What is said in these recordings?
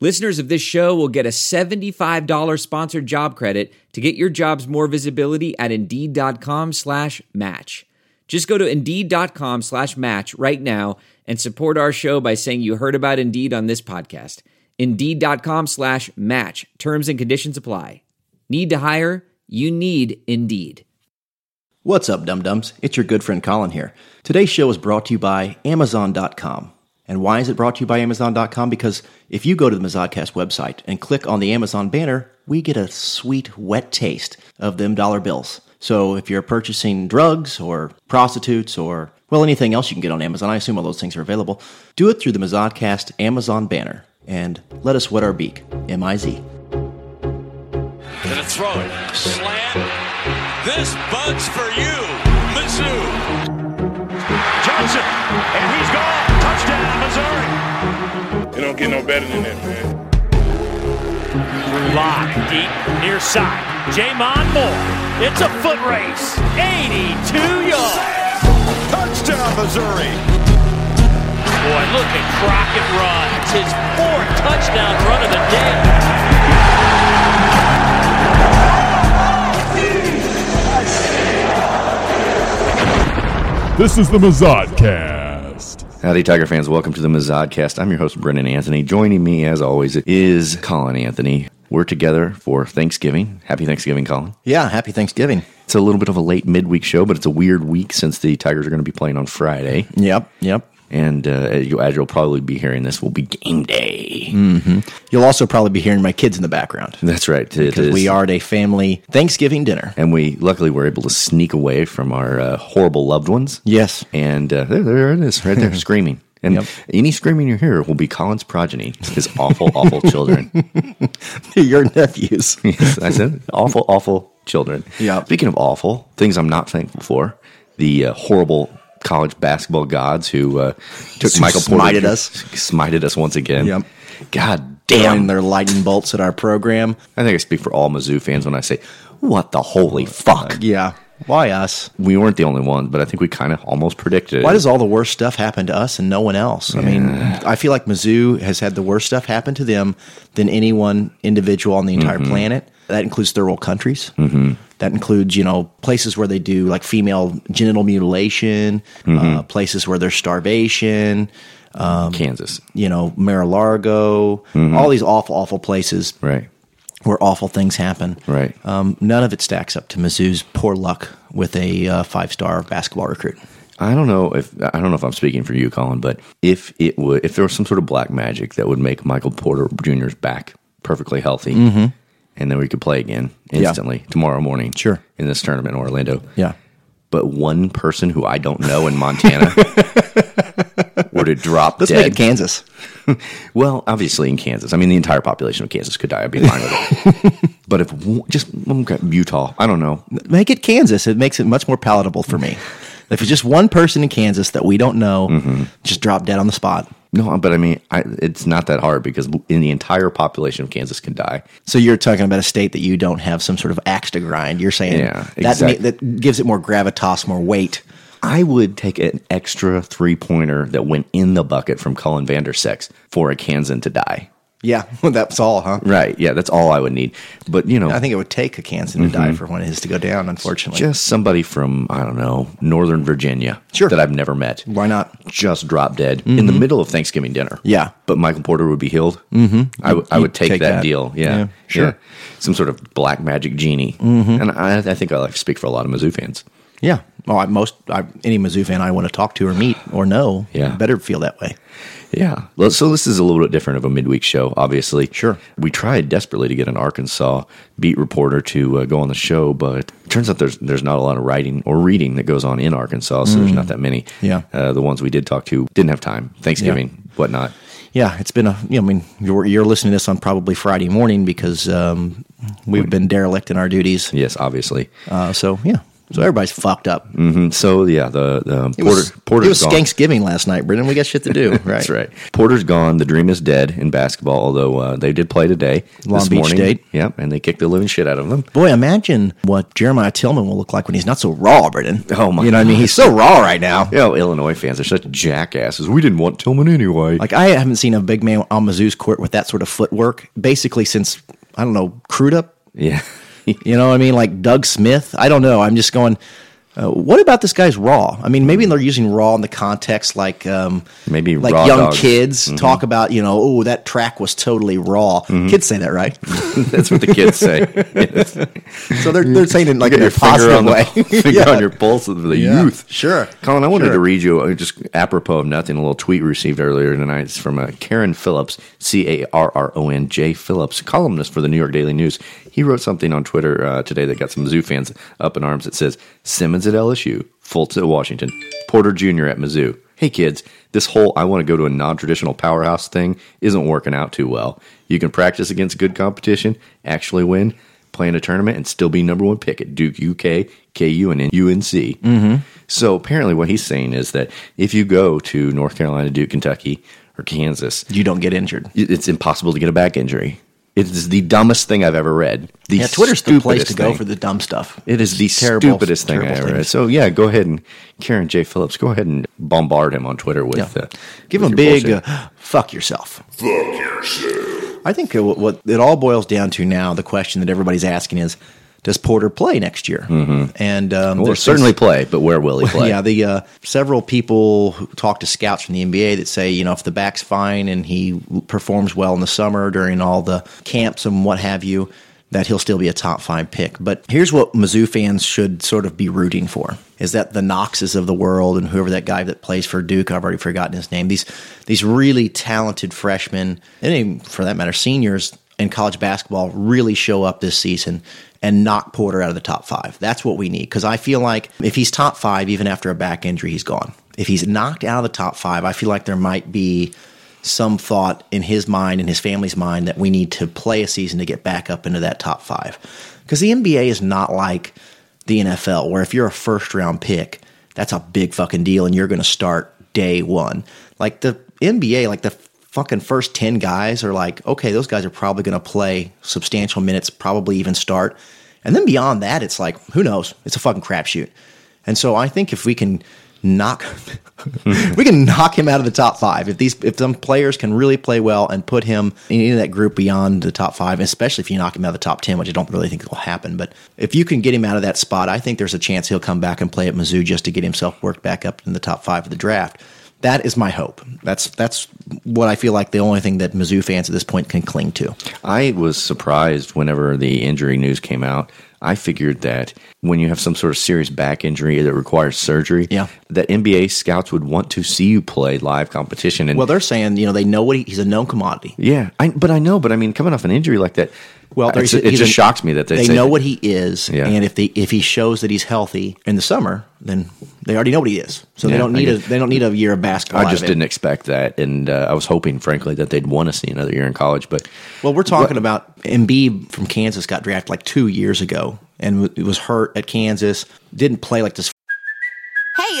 Listeners of this show will get a $75 sponsored job credit to get your jobs more visibility at Indeed.com slash match. Just go to Indeed.com slash match right now and support our show by saying you heard about Indeed on this podcast. Indeed.com slash match. Terms and conditions apply. Need to hire? You need Indeed. What's up, dum dums? It's your good friend Colin here. Today's show is brought to you by Amazon.com. And why is it brought to you by Amazon.com? Because if you go to the Mazodcast website and click on the Amazon banner, we get a sweet, wet taste of them dollar bills. So if you're purchasing drugs or prostitutes or, well, anything else you can get on Amazon, I assume all those things are available, do it through the Mazodcast Amazon banner and let us wet our beak. M I Z. Gonna throw it. Slant. This bud's for you, Mizzou. Johnson, and he's gone. Touchdown, Missouri. It don't get no better than that, man. Lock deep near side. Jamon Moore. It's a foot race. 82 yards. Touchdown, Missouri. Boy, look at Crockett run. It's his fourth touchdown run of the day. This is the Mazodcast. Howdy, Tiger fans. Welcome to the Mazodcast. I'm your host, Brendan Anthony. Joining me, as always, is Colin Anthony. We're together for Thanksgiving. Happy Thanksgiving, Colin. Yeah, happy Thanksgiving. It's a little bit of a late midweek show, but it's a weird week since the Tigers are going to be playing on Friday. Yep, yep. And uh, as, you, as you'll probably be hearing this, will be game day. Mm. You'll also probably be hearing my kids in the background That's right. It because is. we are at a family Thanksgiving dinner. And we luckily were able to sneak away from our uh, horrible loved ones. Yes. And uh, there, there it is, right there, screaming. And Yep. any screaming you hear will be Colin's progeny, his awful, awful children. Your nephews. Yes, I said awful, awful children. Yeah. Speaking of awful things, I'm not thankful for the uh, horrible college basketball gods who uh, took Who Michael Porter, smited us. smited us once again. Yep. God Throwing damn! their lightning bolts at our program. I think I speak for all Mizzou fans when I say, "What the holy fuck!" Yeah. Why us? We weren't the only ones, but I think we kind of almost predicted. it. Why does all the worst stuff happen to us and no one else? I mean, I feel like Mizzou has had the worst stuff happen to them than any one individual on the entire planet. That includes third world countries. Mm-hmm. That includes, you know, places where they do like female genital mutilation, uh, places where there's starvation, Kansas? you know, Mar-a-Largo, all these awful, awful places Right. where awful things happen. Right. Um, none of it stacks up to Mizzou's poor luck with a uh, five-star basketball recruit. I don't know if I don't know if I'm speaking for you, Colin, but if it would, if there was some sort of black magic that would make Michael Porter Jr.'s back perfectly healthy, and then we could play again Mm-hmm. Yeah. instantly tomorrow morning, Sure. in this tournament in Orlando, Yeah. But one person who I don't know in Montana were to drop Let's dead. make it Kansas. well, obviously in Kansas, I mean the entire population of Kansas could die. I'd be fine with it. But if one- just okay, Utah, I don't know. make it Kansas. It makes it much more palatable for me. If it's just one person in Kansas that we don't know, just drop dead on the spot. No, but I mean, I, it's not that hard because in the entire population of Kansas could die. So you're talking about a state that you don't have some sort of axe to grind. You're saying Yeah, that ma- exact- that gives it more gravitas, more weight. I would take an extra three pointer that went in the bucket from Cullen Vandersex for a Kansan to die. Yeah, that's all, huh? Right. Yeah, that's all I would need. But, you know, I think it would take a Kansan to die for one of his to go down. Unfortunately, just somebody from, I don't know, Northern Virginia Sure. that I've never met. why not? Just drop dead in the middle of Thanksgiving dinner. Yeah. But Michael Porter would be healed. Mm-hmm. I, w- I You'd would take, take that, that. deal. Yeah. Mm-hmm. Yeah, sure. Yeah. Some sort of black magic genie. And I, I think I like to speak for a lot of Mizzou fans. Yeah. Well, I, most I, any Mizzou fan I want to talk to or meet or know, Yeah. better feel that way. Yeah. Well, So this is a little bit different of a midweek show, obviously. Sure. We tried desperately to get an Arkansas beat reporter to uh, go on the show, but it turns out there's there's not a lot of writing or reading that goes on in Arkansas, so there's not that many. Mm. Yeah. Uh, the ones we did talk to didn't have time. Thanksgiving, whatnot. Yeah, it's been a. You know, I mean, you're, you're listening to this on probably Friday morning because um, we've been derelict in our duties. Yes, obviously. Uh, so yeah, So everybody's fucked up. And so yeah, the the It Porter was, Porter's it was gone. Skanksgiving last night, Brendan. We got shit to do, right? That's right. Porter's gone. The dream is dead in basketball. Although uh, they did play today, Long this Beach morning. State. Yep, and they kicked the living shit out of them. Boy, imagine what Jeremiah Tillman will look like when he's not so raw, Brendan. Oh, my You know what I mean? God. He's so raw right now. You know, Illinois fans are such jackasses. We didn't want Tillman anyway. Like I haven't seen a big man on Mizzou's court with that sort of footwork basically since I don't know Crudup. yeah, You know what I mean? Like Doug Smith. I don't know. I'm just going. Uh, what about this guy's raw? I mean, maybe they're using raw in the context like um, Maybe like raw young dogs. Mm-hmm. kids talk about you know oh that track was totally raw. Kids say that right, Mm-hmm. that's what the kids say. Yes. so they're they're saying it like Get in a your finger positive on the way. finger Yeah. on your pulse of the Yeah. youth. Sure. Colin, I wanted Sure. to read you uh, just apropos of nothing, a little tweet received earlier tonight. It's from uh, Karen Phillips, C A R R O N J Phillips, columnist for the New York Daily News. He wrote something on Twitter uh, today that got some Mizzou fans up in arms. It says Simmons at LSU, Fultz at Washington, Porter Jr. at Mizzou. Hey kids, this whole I want to go to a non traditional powerhouse thing isn't working out too well. You can practice against good competition, actually win, play in a tournament, and still be number one pick at Duke, UK, KU, and UNC. So apparently, what he's saying is that if you go to North Carolina, Duke, Kentucky, or Kansas, You don't get injured. it's impossible to get a back injury. It is the dumbest thing I've ever read. The Yeah, Twitter's the place stupidest to go thing. for the dumb stuff. It is the Terrible- stupidest thing I terrible ever read. things. So yeah, go ahead and Karen J. Phillips, go ahead and bombard him on Twitter with. Yeah. Uh, Give with him a your big bullshit. uh, fuck yourself. Fuck yourself. I think uh, what, what it all boils down to now, the question that everybody's asking is, does Porter play next year? And um, Mm-hmm. well, there's- certainly play, but where will he play? yeah, the uh, several people who talk to scouts from the NBA that say, you know, if the back's fine and he performs well in the summer during all the camps and what have you, that he'll still be a top five pick. But here's what Mizzou fans should sort of be rooting for: is that the Knoxes of the world and whoever that guy that plays for Duke, I've already forgotten his name. These these really talented freshmen, and even for that matter, seniors in college basketball really show up this season and knock Porter out of the top five. That's what we need. Because I feel like if he's top five, even after a back injury, he's gone. If he's knocked out of the top five, I feel like there might be some thought in his mind and his family's mind that we need to play a season to get back up into that top five. Because the NBA is not like the NFL, where if you're a first round pick, that's a big fucking deal and you're going to start day one. Like the NBA, like the fucking first 10 guys are like, okay, those guys are probably going to play substantial minutes, probably even start. And then beyond that, it's like, who knows? It's a fucking crapshoot. And so I think if we can knock we can knock him out of the top five. If these if some players can really play well and put him in any of that group beyond the top five, especially if you knock him out of the top ten, which I don't really think will happen, but if you can get him out of that spot, I think there's a chance he'll come back and play at Mizzou just to get himself worked back up in the top five of the draft. That is my hope. That's that's what I feel like the only thing that Mizzou fans at this point can cling to. I was surprised whenever the injury news came out. I figured that when you have some sort of serious back injury that requires surgery, Yeah. that NBA scouts would want to see you play live competition. And Well, they're saying you know they know what he, he's a known commodity. yeah, I, but I know, but I mean, coming off an injury like that, Well, it's- there's- it he's just a- shocks me that they, They say know that. what he is, Yeah. and if they if he shows that he's healthy in the summer, then they already know what he is. So Yeah, they don't I need a get- they don't need a year of basketball. out I of just it. didn't expect that, and uh, I was hoping, frankly, that they'd want to see another year in college. But Well, we're talking about Embiid from Kansas got drafted like two years ago and w- was hurt at Kansas. Didn't play like this Hey,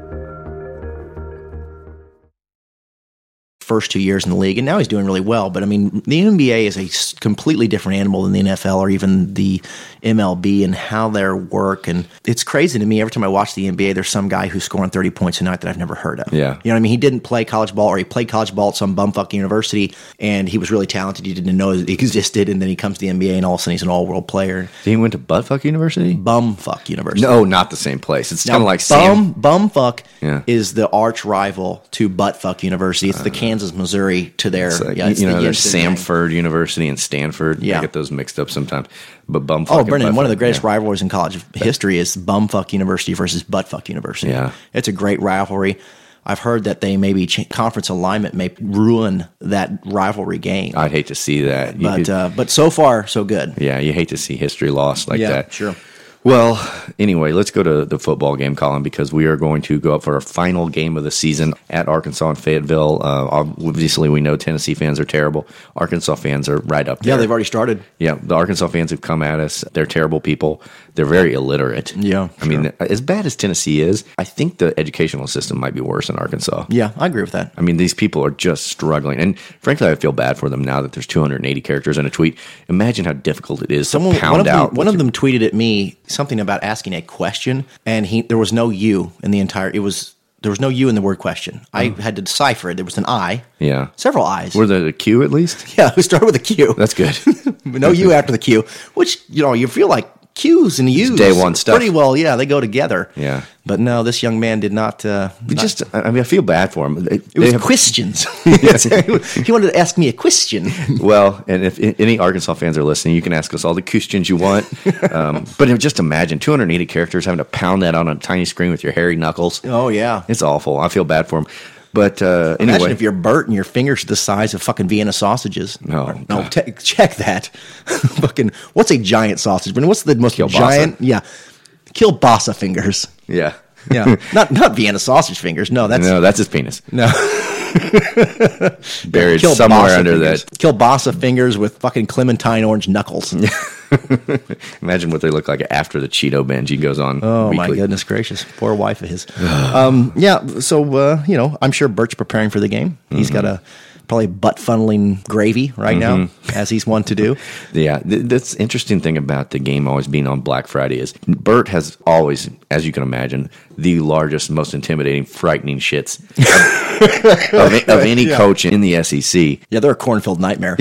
first two years in the league, and now he's doing really well. But I mean, the NBA is a completely different animal than the NFL or even the MLB and how their work. And it's crazy to me every time I watch the NBA. There's some guy who's scoring 30 points a night that I've never heard of. Yeah, you know what I mean. He didn't play college ball, or he played college ball at some bumfuck university, and he was really talented. You didn't know it existed, and then he comes to the NBA, and all of a sudden he's an all-world player. So he went to buttfuck university. Bumfuck university. No, not the same place. It's kind of like bum bumfuck Yeah. Uh, is the arch rival to buttfuck university. It's the Kansas Missouri to their It's like, yeah, it's you the know, there's Yinsen thing. Samford University and Stanford. Yeah. I get those mixed up sometimes. But bumfuck. Oh, and Brendan, one of the buttfuck, greatest yeah. rivalries in college history is bumfuck university versus buttfuck university. Yeah. it's a great rivalry. I've heard that they maybe ch- conference alignment may ruin that rivalry game. I'd hate to see that. You but could- uh, but so far so good. yeah, you hate to see history lost like yeah, that. sure. Well, anyway, let's go to the football game, Colin, because we are going to go up for our final game of the season at Arkansas and Fayetteville. Uh, obviously, we know Tennessee fans are terrible. Arkansas fans are right up there. Yeah, they've already started. Yeah, the Arkansas fans have come at us. They're terrible people. They're very illiterate. Yeah, I mean, as bad as Tennessee is, I think the educational system might be worse in Arkansas. Yeah, I agree with that. I mean, these people are just struggling. And frankly, I feel bad for them now that there's 280 characters in a tweet. Imagine how difficult it is Someone, to pound one of, them, out. one of them tweeted at me something about asking a question, and he there was no you in the entire. It was there was no you in the word question. I had to decipher it. There was an I, Oh. Yeah. several I's. Were there a Q at least? yeah, we started with a Q. That's good. no you after the Q, which you know you feel like Q's and U's day one stuff. Pretty well, yeah, they go together. Yeah. but no, this young man did not. Uh, It not- just, I I mean, I feel bad for them. They- it they was have- questions. he wanted to ask me a question. Well, and if i- any Arkansas fans are listening, you can ask us all the questions you want. Um, but just imagine 280 characters having to pound that on a tiny screen with your hairy knuckles. Oh yeah, It's awful. I feel bad for him. But uh, anyway, Imagine if you're Bert and your fingers are the size of fucking Vienna sausages. No. Or- no, te- check that. fucking, what's a giant sausage? Brendan? What's the most Kielbasa. giant? Yeah, kielbasa fingers. yeah, Yeah, not not Vienna sausage fingers. No, that's no, that's his penis no. buried Kielbasa somewhere under fingers. that. Kielbasa fingers with fucking clementine orange knuckles. Imagine what they look like after the Cheeto binge he goes on. Oh my weekly. goodness gracious, poor wife of his. um, yeah, so uh, you know, I'm sure Bert's preparing for the game. He's got Mm-hmm. a probably butt funneling gravy right now, as he's one to do. Yeah, th- that's the interesting thing about the game always being on Black Friday is Bert has always, as you can imagine, the largest, most intimidating, frightening shits of, of, of any coach in the E SEC. Yeah, they're a cornfield nightmare.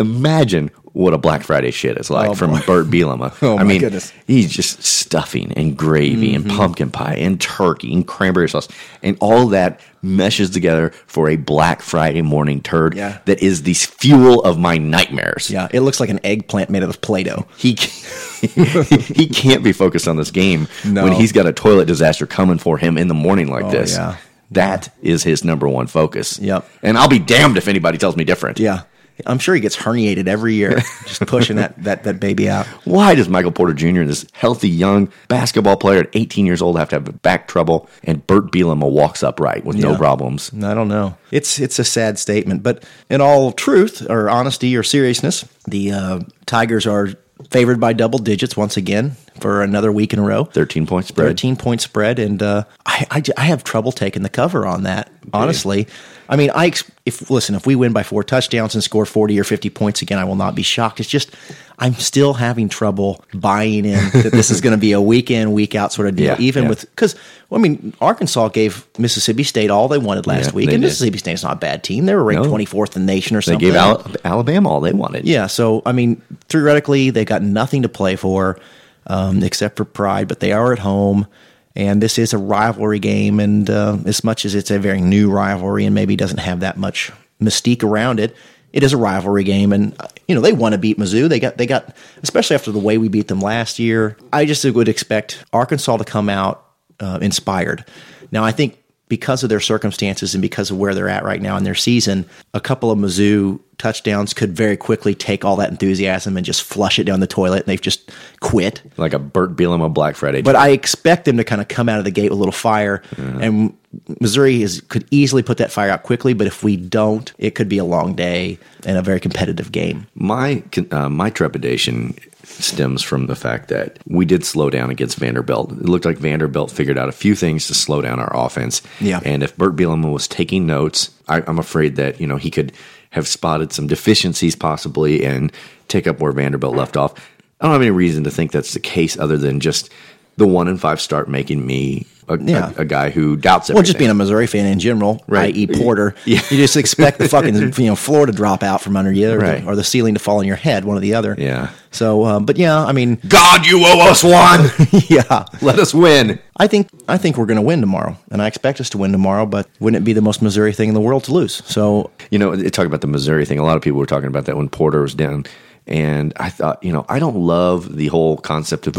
Imagine what a Black Friday shit is like Oh, from boy. Bert Bielema. Oh, I my mean, goodness. Mm-hmm. he's just stuffing and gravy and pumpkin pie and turkey and cranberry sauce and all that meshes together for a Black Friday morning turd Yeah. that is the fuel of my nightmares. Yeah, it looks like an eggplant made out of Play-Doh. he can't, he can't be focused on this game No. when he's got a toilet disaster coming for him in the morning like Oh, this. yeah. That is his number one focus. Yep. And I'll be damned if anybody tells me different. Yeah, I'm sure he gets herniated every year, just pushing that that that baby out. Why does Michael Porter Jr., this healthy young basketball player at 18 years old, have to have back trouble and Bert Bielema walks upright with no Yeah. problems? I don't know. It's it's a sad statement, but in all truth or honesty or seriousness, the uh, Tigers are favored by double digits once again for another week in a row. 13 point spread. 13 point spread and uh, I, I j- I have trouble taking the cover on that honestly i mean i ex- if listen if we win by four touchdowns and score 40 or 50 points again i will not be shocked it's just i'm still having trouble buying in that this is going to be a week in week out sort of deal Yeah, even yeah. with because i mean arkansas gave mississippi state all they wanted last Yeah, week they and did. mississippi state's not a bad team they were ranked No. 24th in the nation or They something gave Al- Alabama all they wanted. yeah. So, I mean, theoretically, they've got nothing to play for um, except for pride, but they are at home. And this is a rivalry game. And uh, as much as it's a very new rivalry and maybe doesn't have that much mystique around it, it is a rivalry game. And, uh, you know, they want to beat Mizzou. They got, they got, especially after the way we beat them last year, I just would expect Arkansas to come out uh, inspired. Now, I think because of their circumstances and because of where they're at right now in their season, a couple of Mizzou touchdowns could very quickly take all that enthusiasm and just flush it down the toilet and they've just quit. Like a Burt Bielema on Black Friday. But I expect them to kind of come out of the gate with a little fire. Yeah. And Missouri is could easily put that fire out quickly, but if we don't, it could be a long day and a very competitive game. My uh, my trepidation stems from the fact that we did slow down against Vanderbilt. It looked like Vanderbilt figured out a few things to slow down our offense. Yeah. And if Burt Bielema was taking notes, I, I'm afraid that you know he could have spotted some deficiencies possibly and take up where Vanderbilt left off. I don't have any reason to think that's the case other than just the one and five start making me a, yeah. a, a, guy who doubts everything. Well, just being a Missouri fan in general, right. i.e. Porter, yeah. you just expect the fucking you know floor to drop out from under you, or, right. the, or the ceiling to fall on your head, one or the other. Yeah. So, um, but yeah, I mean, God, you owe us one. yeah, let us win. I think I think we're going to win tomorrow, and I expect us to win tomorrow. But wouldn't it be the most Missouri thing in the world to lose? So, you know, talking about the Missouri thing, a lot of people were talking about that when Porter was down. And I thought, you know, I don't love the whole concept of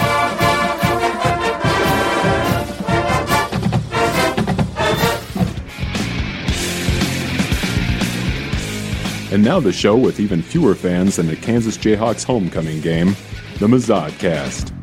And now the show with even fewer fans than the Kansas Jayhawks homecoming game, the Mazodcast.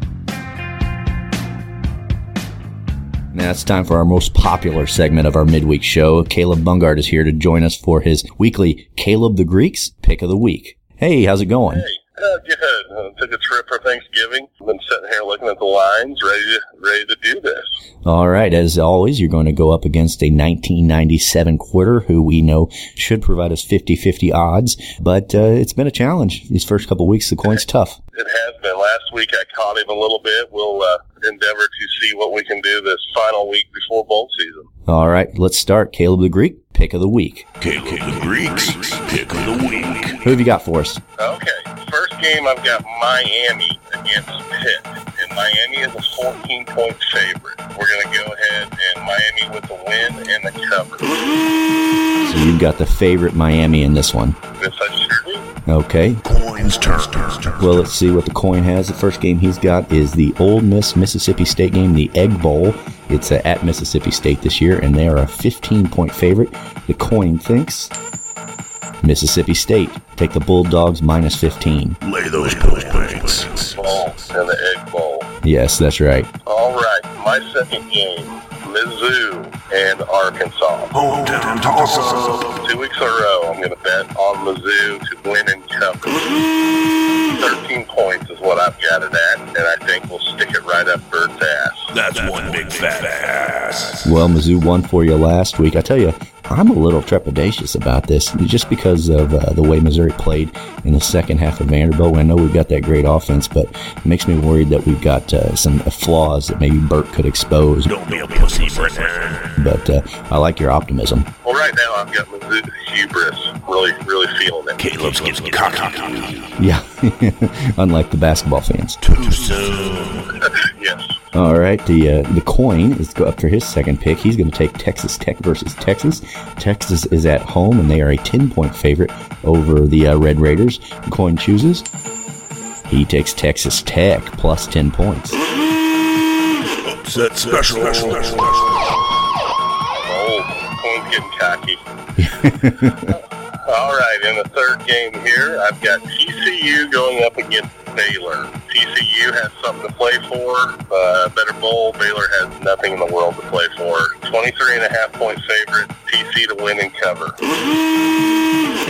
Now it's time for our most popular segment of our midweek show. Caleb Bungard is here to join us for his weekly Caleb the Greeks pick of the week. Hey, how's it going? Hey, uh, good. Uh, took a trip for Thanksgiving. Been sitting here looking at the lines, ready to ready to do this. All right, as always, you're going to go up against a 1997 quarter who we know should provide us 50-50 odds, but uh, it's been a challenge these first couple weeks. The coin's tough. It has been. Last week I caught him a little bit. We'll uh, endeavor to see what we can do this final week before bowl season. All right, let's start. Caleb the Greek, pick of the week. Caleb the Greeks, pick of the week. Who have you got for us? Okay, first game I've got Miami against Pitt in Miami is a 14 point favorite. We're going to go ahead and Miami with the win and the cover. So you've got the favorite Miami in this one. Yes, I sure do. Okay. Coins turn. Well, let's see what the coin has. The first game he's got is the Old Miss Mississippi State game, the Egg Bowl. It's uh, at Mississippi State this year, and they are a 15 point favorite. The coin thinks Mississippi State. Take the Bulldogs minus 15. Lay those points. Bowl and the Egg Bowl. Yes, that's right. All right, my second game, Mizzou and Arkansas. Hometown toss-up. Two weeks in a row, I'm going to bet on Mizzou to win and cover. 13 points is what I've got it at, and I think we'll stick it right up Bird's ass. That's one big fat ass. Well, Mizzou won for you last week. I tell you, I'm a little trepidatious about this just because of uh, the way Missouri played in the second half of Vanderbilt. I know we've got that great offense, but it makes me worried that we've got uh, some flaws that maybe Burt could expose. Don't be a pussy, Brittany. But uh, I like your optimism. Well, right now I've got Mizzou hubris. Really, really feeling it. Caleb's getting cocky. Yeah, unlike the basketball fans. Too soon. yes. All right, the uh, the coin is up for his second pick. He's going to take Texas Tech versus Texas. Texas is at home, and they are a ten point favorite over the uh, Red Raiders. The coin chooses. He takes Texas Tech plus ten points. Upset special. special, special, special. Oh, coin's getting cocky. All right, in the third game here, I've got TCU going up against Baylor. TCU has something to play for, uh, better bowl. Baylor has nothing in the world to play for. 23 and a half point favorite, TC to win and cover.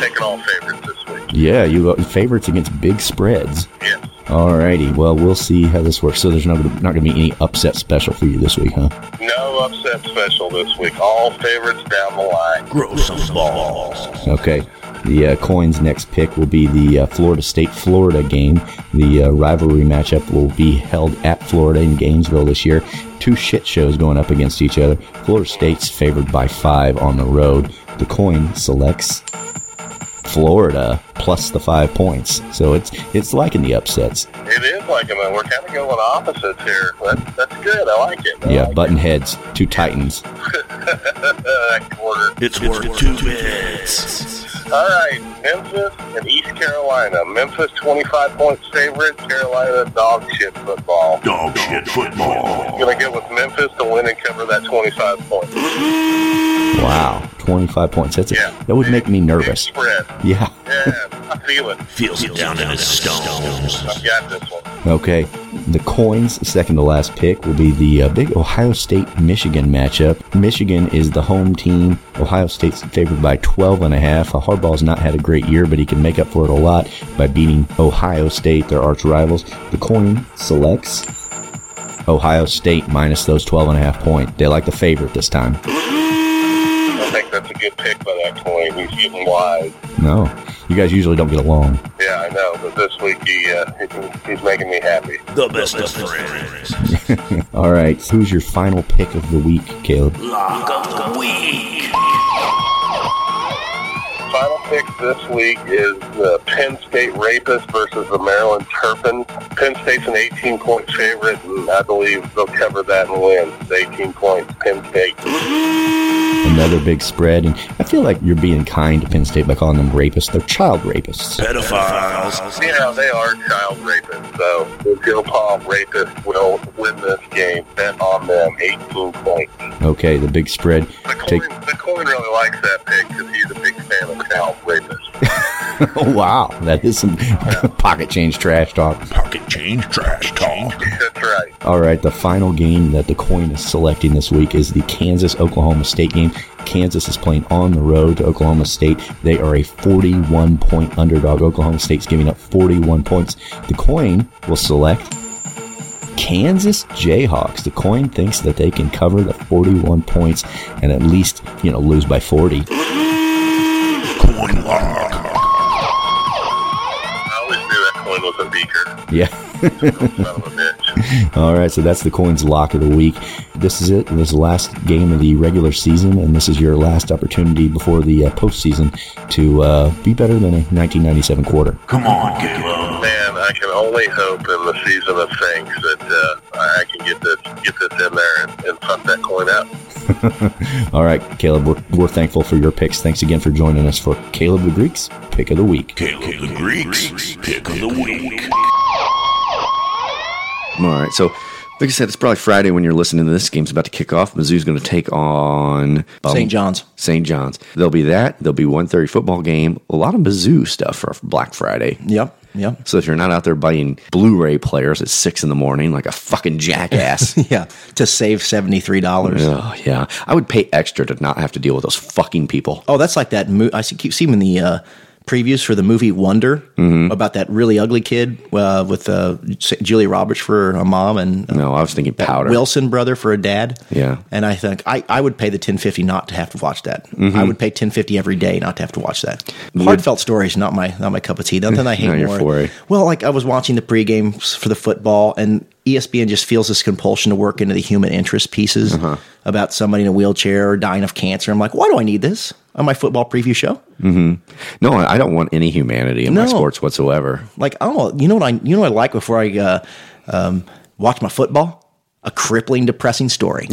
Taking all favorites this week. Yeah, you got favorites against big spreads. Yes. Alrighty, well, we'll see how this works. So there's no, not going to be any upset special for you this week, huh? No upset special this week. All favorites down the line. Grow some balls. Okay. The uh, coin's next pick will be the uh, Florida State Florida game. The uh, rivalry matchup will be held at Florida in Gainesville this year. Two shit shows going up against each other. Florida State's favored by five on the road. The coin selects Florida plus the five points. So it's it's liking the upsets. It is liking them. We're kind of going opposites here. That's, that's good. I like it. I yeah, like button it. heads, two titans. that quarter. It's, it's worth, worth two bits. All right, Memphis and East Carolina. Memphis 25 points favorite. Carolina dog shit football. Dog shit football. Gonna go with Memphis to win and cover that 25 points. Wow, 25 points. That's yeah. a, that would make me nervous. Spread. Yeah. Yeah, I feel it. Feels it down, down in his stones. stones. I've got this one. Okay, the coins second to last pick will be the uh, big Ohio State Michigan matchup. Michigan is the home team. Ohio State's favored by 12 and a half. Uh, Hardball's not had a great year, but he can make up for it a lot by beating Ohio State, their arch rivals. The coin selects Ohio State minus those 12 and a half points. They like the favorite this time. that's a good pick by that point. He's getting wide. No, you guys usually don't get along. Yeah, I know, but this week he, uh, he he's making me happy. The best, the best of friends. friends. All right, who's your final pick of the week, Caleb? Lock of the week. Final pick this week is the Penn State Rapists versus the Maryland Turpins. Penn State's an 18-point favorite, and I believe they'll cover that and win. It's 18 points, Penn State. another big spread. And I feel like you're being kind to Penn State by calling them rapists. They're child rapists. Pedophiles. Yeah, they are child rapists. So the Gil Palm rapists will win this game. Bet on them 18 points. Okay, the big spread. The coin, Take... the coin really likes that pick because he's a big fan of child rapists. oh, wow, that is some pocket change trash talk. Pocket change trash talk. That's right. All right, the final game that the coin is selecting this week is the Kansas Oklahoma State game. Kansas is playing on the road to Oklahoma State. They are a 41 point underdog. Oklahoma State's giving up 41 points. The coin will select Kansas Jayhawks. The coin thinks that they can cover the 41 points and at least, you know, lose by 40. Coin lock. I always knew that coin was a beaker. Yeah. All right, so that's the coins lock of the week. This is it. This is the last game of the regular season, and this is your last opportunity before the uh, postseason to uh, be better than a 1997 quarter. Come on, Caleb. Man, I I can only hope in the season of thanks that uh, I can get this get this in there and, and pump that coin out. All right, Caleb, we're, we're thankful for your picks. Thanks again for joining us for Caleb the Greek's Pick of the Week. Caleb the Greek's Pick of the Week. All right, so like I said, it's probably Friday when you're listening to this. Game's about to kick off. Mizzou's going to take on um, St. John's. St. John's. There'll be that. There'll be one thirty football game. A lot of Mizzou stuff for Black Friday. Yep. Yep. So if you're not out there buying Blu-ray players at six in the morning, like a fucking jackass, yeah, to save seventy three dollars. Oh yeah, I would pay extra to not have to deal with those fucking people. Oh, that's like that. Mo- I see, keep seeing the. Uh, previews for the movie Wonder Mhm. about that really ugly kid uh, with uh, Julia Roberts for a mom and uh, No, I was thinking that powder. Wilson brother for a dad. Yeah. And I think I, I would pay the ten fifty not to have to watch that. Mhm. I would pay ten fifty every day not to have to watch that. Would- Heartfelt stories not my not my cup of tea. Nothing I hate Not your more. foray. Well, like I was watching the pregame for the football, and E ESPN just feels this compulsion to work into the human interest pieces Uh-huh. about somebody in a wheelchair or dying of cancer. I'm like, why do I need this on my football preview show? hmm No, I don't want any humanity in my No. sports whatsoever. Like, oh, you know what I you know what I like before I uh, um, watch my football? A crippling, depressing story.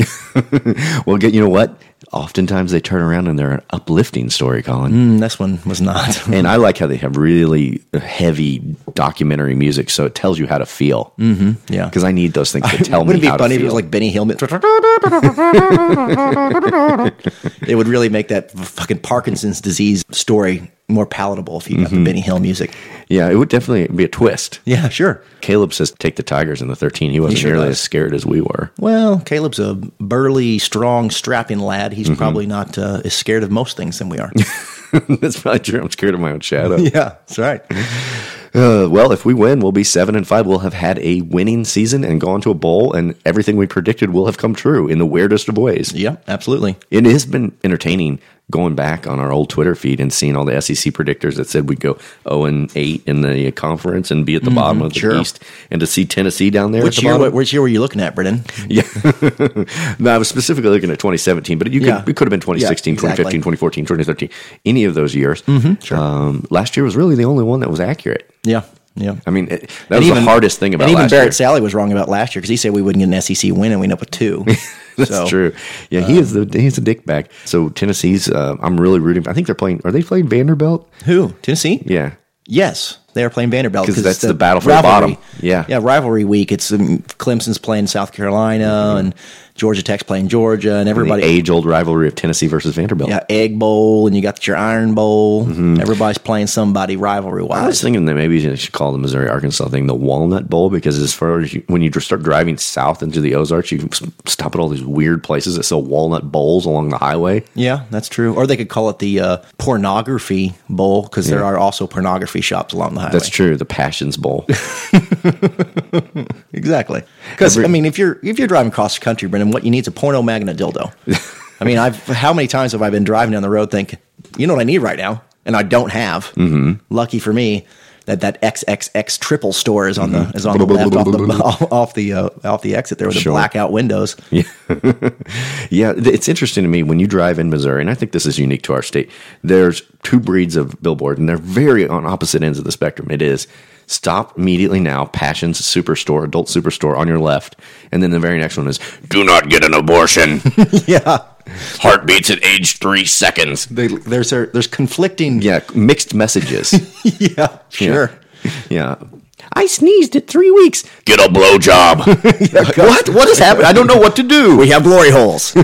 Well, get you know what? Oftentimes they turn around and they're an uplifting story, Colin. Mm, this one was not. and I like how they have really heavy documentary music, so it tells you how to feel. hmm Yeah. Because I need those things to tell me Wouldn't it how be funny if to it feel. was like Benny Hillman? it would really make that fucking Parkinson's disease story more palatable if you got the Mm-hmm. Benny Hill music. yeah, it would definitely be a twist. Yeah, sure. Caleb says take the Tigers in the 13. He wasn't sure nearly does. as scared as we were. Well, Caleb's a burly, strong, strapping lad. He's Mm-hmm. probably not uh, as scared of most things than we are. That's probably true. I'm scared of my own shadow. yeah, that's right. Uh, well, if we win, we'll be seven and five. We'll have had a winning season and gone to a bowl, and everything we predicted will have come true in the weirdest of ways. Yeah, absolutely. It has been entertaining going back on our old Twitter feed and seeing all the SEC predictors that said we'd go zero and eight in the conference and be at the bottom Mhm, of the sure. East, and to see Tennessee down there. at Which the year, bottom. which year were you looking at, Brennan? Yeah. no, I was specifically looking at 2017, but you could, Yeah. it could have been 2016, Yeah, exactly. 2015, 2014, 2013, any of those years. Mhm, Um, last year was really the only one that was accurate. Yeah, yeah. I mean, it, that And was even- the hardest thing about and even last Barrett year. Sally was wrong about last year because he said we wouldn't get an SEC win and we end up with two. That's So, true. Yeah, he is the he's a dickbag. So Tennessee's, uh, I'm really rooting. I think they're playing. Are they playing Vanderbilt? Who Tennessee? Yeah, Yes, they are playing Vanderbilt 'Cause it's that's the battle for the bottom. Yeah. yeah, rivalry week. It's um, Clemson's playing South Carolina Mm-hmm. and Georgia Tech's playing Georgia, and everybody. age old rivalry of Tennessee versus Vanderbilt. yeah, Egg Bowl, and you got your Iron Bowl. Mm-hmm. Everybody's playing somebody rivalry I was wise. thinking that maybe they should call the Missouri Arkansas thing the Walnut Bowl because as far as you, when you just start driving south into the Ozarks, you s- stop at all these weird places that sell walnut bowls along the highway. Yeah, that's true. Or they could call it the uh, Pornography Bowl because there Yeah. are also pornography shops along the highway. That's true. The Passions Bowl. Exactly. Because I mean, if you're if you're driving across the country, Brendan, what you need is a porno mag and a dildo. I mean, I've how many times have I been driving down the road thinking, you know what I need right now, and I don't have. Mhm. Lucky for me that that XXX triple store is on the is on the left off the off the uh, off the exit there with Sure. the blackout windows. Yeah. yeah, th- it's interesting to me when you drive in Missouri, and I think this is unique to our state. There's two breeds of billboard, and they're very on opposite ends of the spectrum. It is stop immediately now, Passions Superstore, Adult Superstore on your left, and then the very next one is do not get an abortion. yeah. Heartbeats at age three seconds. They, there's there's conflicting. Yeah, mixed messages. yeah, sure. yeah. I sneezed at three weeks. Get a blowjob. what? What has happened? I don't know what to do. We have glory holes.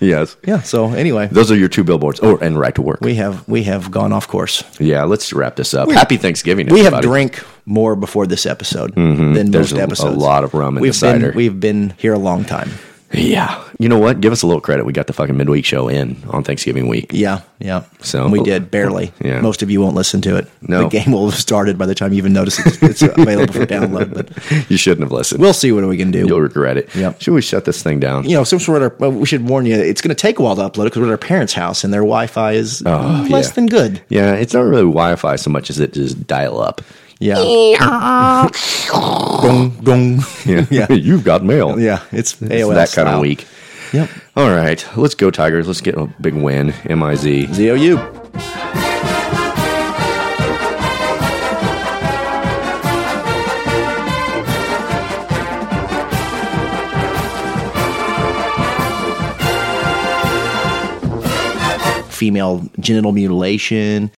yes. yeah. So anyway, Those are your two billboards. Oh, and right to work. we have we have gone off course. Yeah, let's wrap this up. We- Happy Thanksgiving. We have everybody. drank more before this episode Mhm. than There's most a- episodes. A lot of rum in we've the cider. Been, we've been here a long time. yeah. You know what? Give us a little credit. We got the fucking midweek show in on Thanksgiving week. Yeah, yeah. So we did barely. Yeah. Most of you won't listen to it. No. the game will have started by the time you even notice it's, it's available for download. But you shouldn't have listened. we'll see what we can do. You'll regret it. Yeah. Should we shut this thing down? you know, some sort of well, we should warn you. It's going to take a while to upload it because we're at our parents' house and their Wi-Fi is Oh, less yeah. than good. Yeah, it's not really Wi-Fi so much as it is dial-up. Yeah, dong, dong. Yeah, Yeah. you've got mail. yeah. It's It's AOL that kind style. of week. Yep. All right, let's go Tigers. Let's get a big win. M I Z. Z O U. female genital mutilation